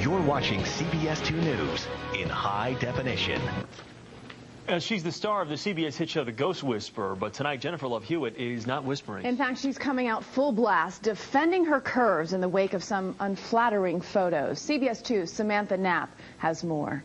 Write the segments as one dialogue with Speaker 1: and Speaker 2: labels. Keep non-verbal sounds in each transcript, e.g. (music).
Speaker 1: You're watching CBS 2 News in high definition.
Speaker 2: Uh, she's the star of the CBS hit show The Ghost Whisperer, but tonight Jennifer Love Hewitt is not whispering.
Speaker 3: In fact, she's coming out full blast, defending her curves in the wake of some unflattering photos. CBS 2 Samantha Knapp has more.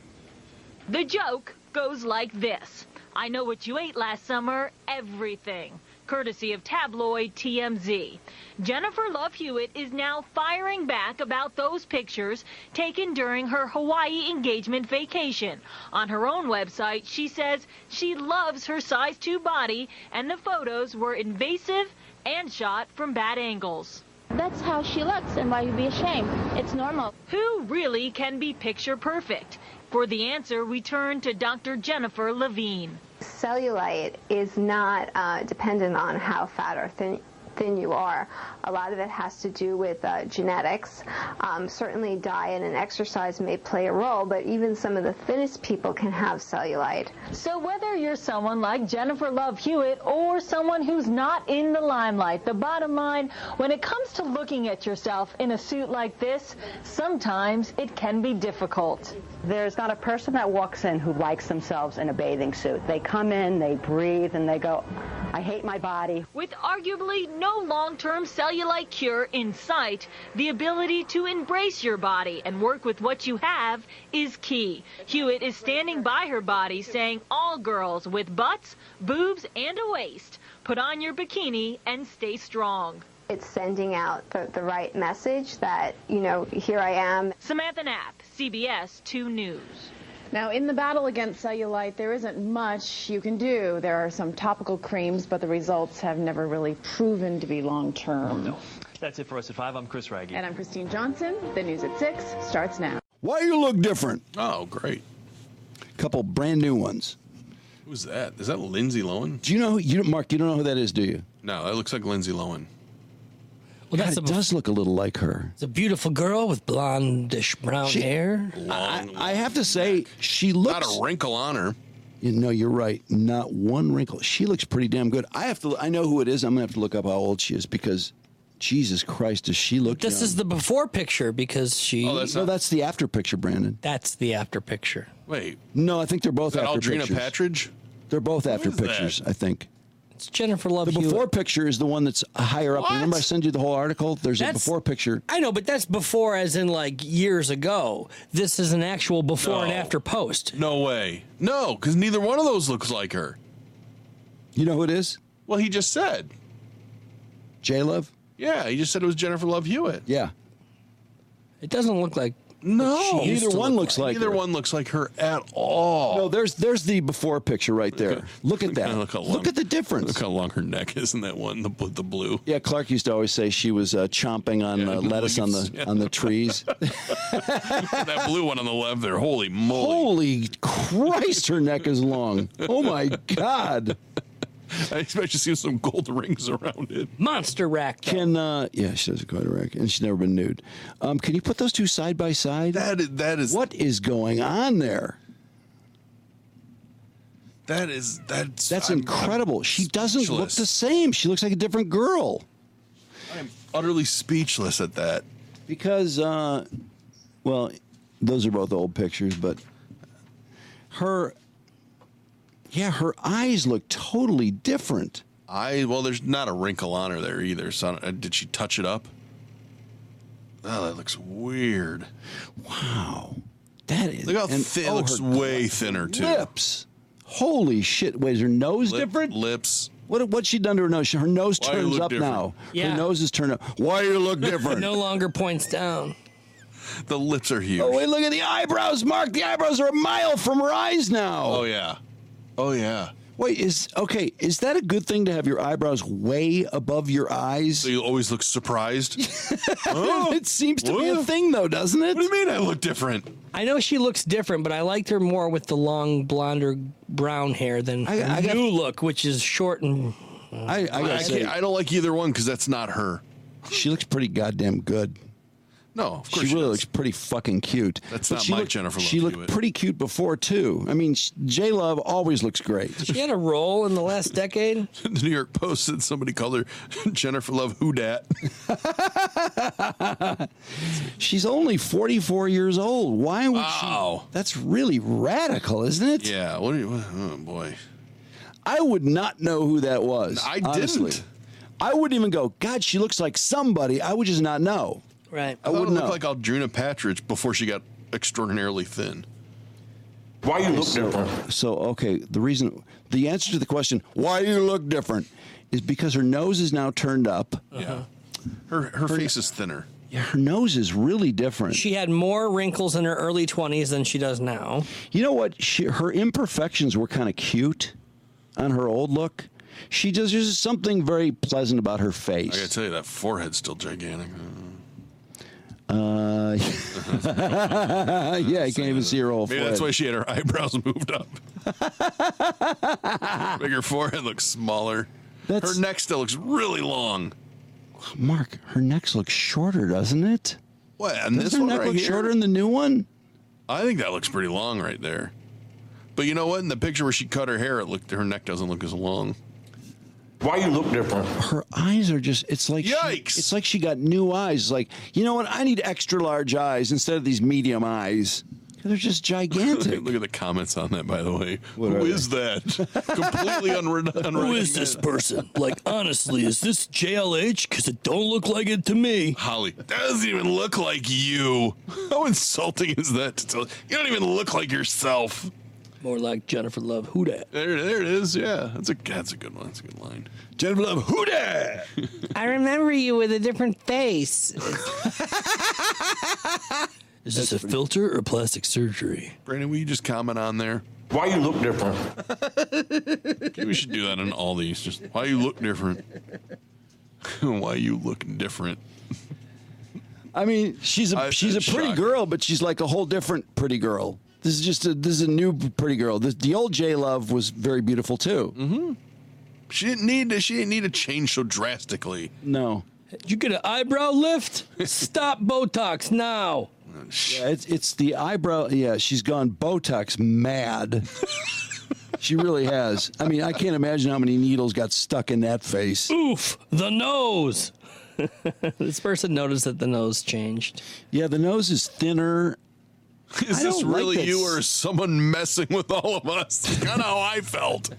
Speaker 4: The joke goes like this I know what you ate last summer, everything. Courtesy of tabloid TMZ. Jennifer Love Hewitt is now firing back about those pictures taken during her Hawaii engagement vacation. On her own website, she says she loves her size 2 body and the photos were invasive and shot from bad angles.
Speaker 5: That's how she looks, and why you be ashamed? It's normal.
Speaker 4: Who really can be picture perfect? For the answer, we turn to Dr. Jennifer Levine.
Speaker 6: Cellulite is not uh, dependent on how fat or thin, thin you are. A lot of it has to do with uh, genetics. Um, certainly, diet and exercise may play a role, but even some of the thinnest people can have cellulite.
Speaker 4: So, whether you're someone like Jennifer Love Hewitt or someone who's not in the limelight, the bottom line when it comes to looking at yourself in a suit like this, sometimes it can be difficult.
Speaker 7: There's not a person that walks in who likes themselves in a bathing suit. They come in, they breathe, and they go, I hate my body.
Speaker 4: With arguably no long term cellulite cure in sight, the ability to embrace your body and work with what you have is key. Hewitt is standing by her body saying all girls with butts, boobs, and a waist, put on your bikini and stay strong.
Speaker 6: It's sending out the, the right message that, you know, here I am.
Speaker 4: Samantha Knapp, CBS 2 News.
Speaker 3: Now, in the battle against cellulite, there isn't much you can do. There are some topical creams, but the results have never really proven to be long
Speaker 8: Oh,
Speaker 3: term.
Speaker 2: That's it for us at 5. I'm Chris Raggy.
Speaker 3: And I'm Christine Johnson. The news at 6 starts now.
Speaker 9: Why you look different?
Speaker 10: Oh, great.
Speaker 9: Couple brand new ones.
Speaker 10: Who's that? Is that Lindsay Lohan?
Speaker 9: Do you know who you don't- Mark? You don't know who that is, do you?
Speaker 10: No, that looks like Lindsay Lohan.
Speaker 9: Well, God,
Speaker 8: that's
Speaker 9: it
Speaker 8: a-
Speaker 9: does look a little like her.
Speaker 8: It's a beautiful girl with blondish brown
Speaker 9: She-
Speaker 8: hair.
Speaker 9: I, I have to say, she
Speaker 10: Not
Speaker 9: looks.
Speaker 10: a wrinkle on her.
Speaker 9: You know, you're right. Not one wrinkle. She looks pretty damn good. I have to. I know who it is. I'm gonna have to look up how old she is because, Jesus Christ, does she look?
Speaker 8: This
Speaker 9: young.
Speaker 8: is the before picture because she.
Speaker 10: Oh, that's
Speaker 9: No,
Speaker 10: not.
Speaker 9: that's the after picture, Brandon.
Speaker 8: that's the after picture.
Speaker 10: Wait,
Speaker 9: No, I think they're both
Speaker 10: is that
Speaker 9: after
Speaker 10: Aldrina
Speaker 9: pictures.
Speaker 10: Patridge?
Speaker 9: They're both after
Speaker 10: is that?
Speaker 9: pictures. I think.
Speaker 8: It's Jennifer Love
Speaker 9: The
Speaker 8: Hewitt.
Speaker 9: before picture is the one that's higher up.
Speaker 10: What?
Speaker 9: Remember, I send you the whole article. There's a
Speaker 8: That's-
Speaker 9: before picture.
Speaker 8: I know, but that's before, as in like years ago. This is an actual before and
Speaker 10: No.
Speaker 8: after post.
Speaker 10: No way. No, because neither one of those looks like her.
Speaker 9: You know who it is?
Speaker 10: Well, he just said.
Speaker 9: J Love.
Speaker 10: Yeah, he just said it was Jennifer Love Hewitt.
Speaker 9: Yeah. Oh.
Speaker 8: It doesn't look like.
Speaker 10: No,
Speaker 8: She used
Speaker 9: Neither
Speaker 8: to
Speaker 9: one
Speaker 8: look Oh.
Speaker 9: looks like.
Speaker 10: neither
Speaker 9: her.
Speaker 10: one looks like her at all.
Speaker 9: No, there's there's the before picture right there. Look at that.
Speaker 10: Look
Speaker 9: Look,
Speaker 10: how long-
Speaker 9: at the difference.
Speaker 10: Look how long her neck is in that one, the, bl- the
Speaker 8: (laughs)
Speaker 10: blue.
Speaker 9: Yeah, Clark used to always say she was uh, chomping on
Speaker 10: Yeah,
Speaker 9: uh,
Speaker 10: look
Speaker 9: lettuce
Speaker 10: at-
Speaker 9: on the
Speaker 10: (laughs) yeah.
Speaker 9: on the trees.
Speaker 10: that blue one on the left there. Holy moly.
Speaker 9: (laughs) Holy Christ, her neck is long. Oh my God!
Speaker 10: (laughs) I expect to see some gold rings around it.
Speaker 8: Monster rack.
Speaker 9: Can uh, yeah, she does a quite a rack, and she's never been nude. Um, can you put those two side by side? That is, that is what is going on there.
Speaker 10: That is that's
Speaker 9: that's incredible. she doesn't look the same. She looks like a different girl.
Speaker 10: I'm utterly speechless at that.
Speaker 9: Because, uh, well, those are both old pictures, but her, yeah, her eyes look totally different.
Speaker 10: I well, there's not a wrinkle on her there either. So I don't- uh, did she touch it up? Oh, that looks weird.
Speaker 9: Wow, that is.
Speaker 10: Look how
Speaker 9: and-
Speaker 10: thin.
Speaker 9: oh,
Speaker 10: it looks
Speaker 9: her
Speaker 10: way thinner too.
Speaker 9: Lips. Holy shit! Wait, is her nose
Speaker 10: Lip-
Speaker 9: different?
Speaker 10: Lips.
Speaker 9: What what's she done to her nose? Her nose
Speaker 10: Why you
Speaker 9: turns
Speaker 10: look
Speaker 9: up
Speaker 10: different?
Speaker 9: now.
Speaker 8: Yeah.
Speaker 9: Her nose is turned up. Why you
Speaker 8: (laughs)
Speaker 9: look different?
Speaker 8: no longer points down.
Speaker 10: The lips are huge.
Speaker 9: Oh wait, look at the eyebrows, Mark. The eyebrows are a mile from her eyes now.
Speaker 10: Oh yeah. Oh yeah.
Speaker 9: Wait, is okay? Is that a good thing to have your eyebrows way above your eyes?
Speaker 10: So
Speaker 9: (laughs)
Speaker 10: you always look surprised.
Speaker 9: it seems to be a thing, though, doesn't it? What
Speaker 10: do you mean I look different?
Speaker 8: I know she looks different, but I liked her more with the long blonder brown hair than her
Speaker 10: I got-
Speaker 8: new look, which is short and. uh,
Speaker 9: I,
Speaker 10: I, can't- I don't like either one because that's (laughs) not her.
Speaker 9: She looks pretty goddamn good.
Speaker 10: No, of
Speaker 9: She
Speaker 10: course
Speaker 9: really
Speaker 10: she does.
Speaker 9: looks pretty fucking cute.
Speaker 10: That's
Speaker 9: But
Speaker 10: not
Speaker 9: she
Speaker 10: my
Speaker 9: looked,
Speaker 10: Jennifer Love
Speaker 9: She looked
Speaker 10: Hewitt.
Speaker 9: pretty cute before too. I mean, J Love always looks great.
Speaker 8: She had a role in the last decade.
Speaker 10: the New York Post said somebody called her (laughs) Jennifer Love Who (laughs) Dat.
Speaker 9: She's only 44 years old. Why would
Speaker 10: Wow.
Speaker 9: she? That's really radical, isn't it?
Speaker 10: Yeah. What? Are you, oh boy.
Speaker 9: I would not know who that was.
Speaker 10: I didn't.
Speaker 9: honestly. I wouldn't even go, God, she looks like somebody. I would just not know.
Speaker 8: Right.
Speaker 9: I
Speaker 10: thought Oh,
Speaker 9: wouldn't
Speaker 10: it
Speaker 9: know.
Speaker 10: looked like Aldrina Patridge before she got extraordinarily thin.
Speaker 9: Why you look different? So, okay, the reason, the answer to the question, why you look different, is because her nose is now turned up.
Speaker 8: Uh-huh.
Speaker 10: Yeah. Her, her face is thinner.
Speaker 9: Yeah, her nose is really different.
Speaker 8: She had more wrinkles in her early 20s than she does now.
Speaker 9: You know what? She, her imperfections were kind of cute on her old look. She does there's just something very pleasant about her
Speaker 10: I gotta
Speaker 9: face.
Speaker 10: tell you, that forehead's still gigantic.
Speaker 9: Uh, (laughs) yeah, I can't even see her old
Speaker 10: Maybe
Speaker 9: forehead.
Speaker 10: that's why she had her eyebrows moved up. Make her forehead look smaller.
Speaker 9: That's-
Speaker 10: her neck still looks really long.
Speaker 9: Mark, her neck looks shorter, doesn't it?
Speaker 10: What? And
Speaker 9: Does
Speaker 10: this
Speaker 9: her
Speaker 10: one
Speaker 9: neck
Speaker 10: right
Speaker 9: look
Speaker 10: here?
Speaker 9: shorter in the new one?
Speaker 10: I think that looks pretty long right there. But you know what? In the picture where she cut her hair, it looked her neck doesn't look as long.
Speaker 9: Why you look different? Her eyes are just—it's like
Speaker 10: Yikes!
Speaker 9: She, it's like she got new eyes. Like you know what? I need extra large eyes instead of these medium eyes. They're just gigantic.
Speaker 10: Look at the comments on that, by the way. Who
Speaker 9: What
Speaker 10: is
Speaker 9: are
Speaker 10: that? Completely unre- unre-
Speaker 8: Who is this person? Like, honestly, is this JLH? Because it don't look like it to me.
Speaker 10: Holly, that doesn't even look like you. How insulting is that to tell? You don't even look like yourself.
Speaker 8: More like Jennifer Love Who dat?
Speaker 10: There, there it is. Yeah, that's a that's a good one. That's a good line. Jennifer Love, who dat?
Speaker 8: I remember you with a different face. is this a filter or plastic surgery?
Speaker 10: Brandon, will you just comment on there?
Speaker 11: Why you look different?
Speaker 10: Maybe we should do that in all these. Just why you look different. why you look different.
Speaker 9: I mean, she's a
Speaker 10: I-
Speaker 9: she's a
Speaker 10: it's
Speaker 9: pretty
Speaker 10: shocking.
Speaker 9: girl, but she's like a whole different pretty girl. This is just a, this is a new pretty girl. The, the old J Love was very beautiful too. Mm-hmm.
Speaker 10: She didn't need to. She didn't need to change so drastically.
Speaker 9: No,
Speaker 8: Did you get an eyebrow lift? Stop Botox now.
Speaker 9: yeah, it's it's the eyebrow. Yeah, she's gone Botox mad. (laughs) she really has. I mean, I can't imagine how many needles got stuck in that face.
Speaker 8: Oof, the nose. (laughs) this person noticed that the nose changed.
Speaker 9: Yeah, the nose is thinner.
Speaker 10: Is this
Speaker 9: I don't like
Speaker 10: really you,
Speaker 9: this.
Speaker 10: or is someone messing with all of us? (laughs) Kind of how I felt.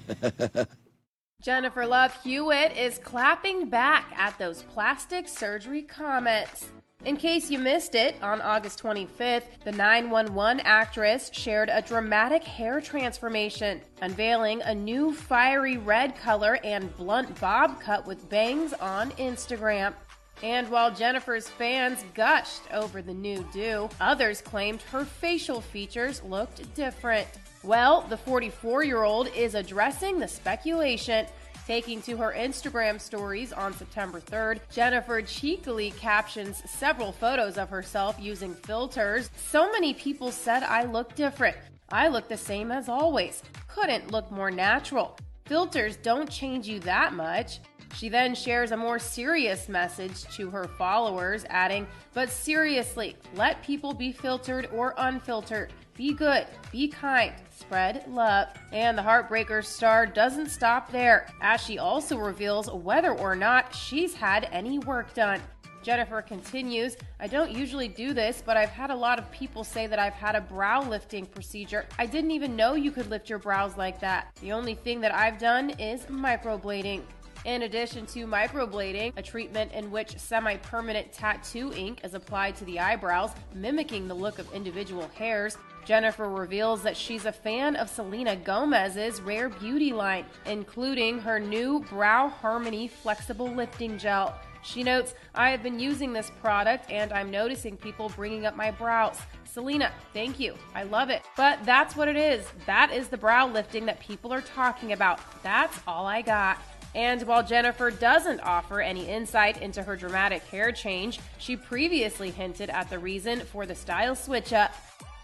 Speaker 12: Jennifer Love Hewitt is clapping back at those plastic surgery comments. In case you missed it, on August 25th, the 911 actress shared a dramatic hair transformation, unveiling a new fiery red color and blunt bob cut with bangs on Instagram. And while Jennifer's fans gushed over the new do, others claimed her facial features looked different. Well, the 44 year old is addressing the speculation. Taking to her Instagram stories on September 3rd, Jennifer cheekily captions several photos of herself using filters. So many people said I look different. I look the same as always. Couldn't look more natural.
Speaker 6: Filters don't change you that much. She then shares a more serious message to her followers, adding, But seriously, let people be filtered or unfiltered. Be good, be kind, spread love. And the Heartbreaker star doesn't stop there, as she also reveals whether or not she's had any work done. Jennifer continues, I don't usually do this, but I've had a lot of people say that I've had a brow lifting procedure. I didn't even know you could lift your brows like that. The only thing that I've done is microblading. In addition to microblading, a treatment in which semi permanent tattoo ink is applied to the eyebrows, mimicking the look of individual hairs, Jennifer reveals that she's a fan of Selena Gomez's rare beauty line, including her new Brow Harmony Flexible Lifting Gel. She notes, I have been using this product and I'm noticing people bringing up my brows. Selena, thank you. I love it. But that's what it is. That is the brow lifting that people are talking about. That's all I got. And while Jennifer doesn't offer any insight into her dramatic hair change, she previously hinted at the reason for the style switch up.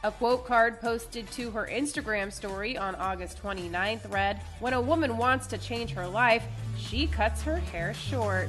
Speaker 6: A quote card posted to her Instagram story on August 29th read, When a woman wants to change her life, she cuts her hair short.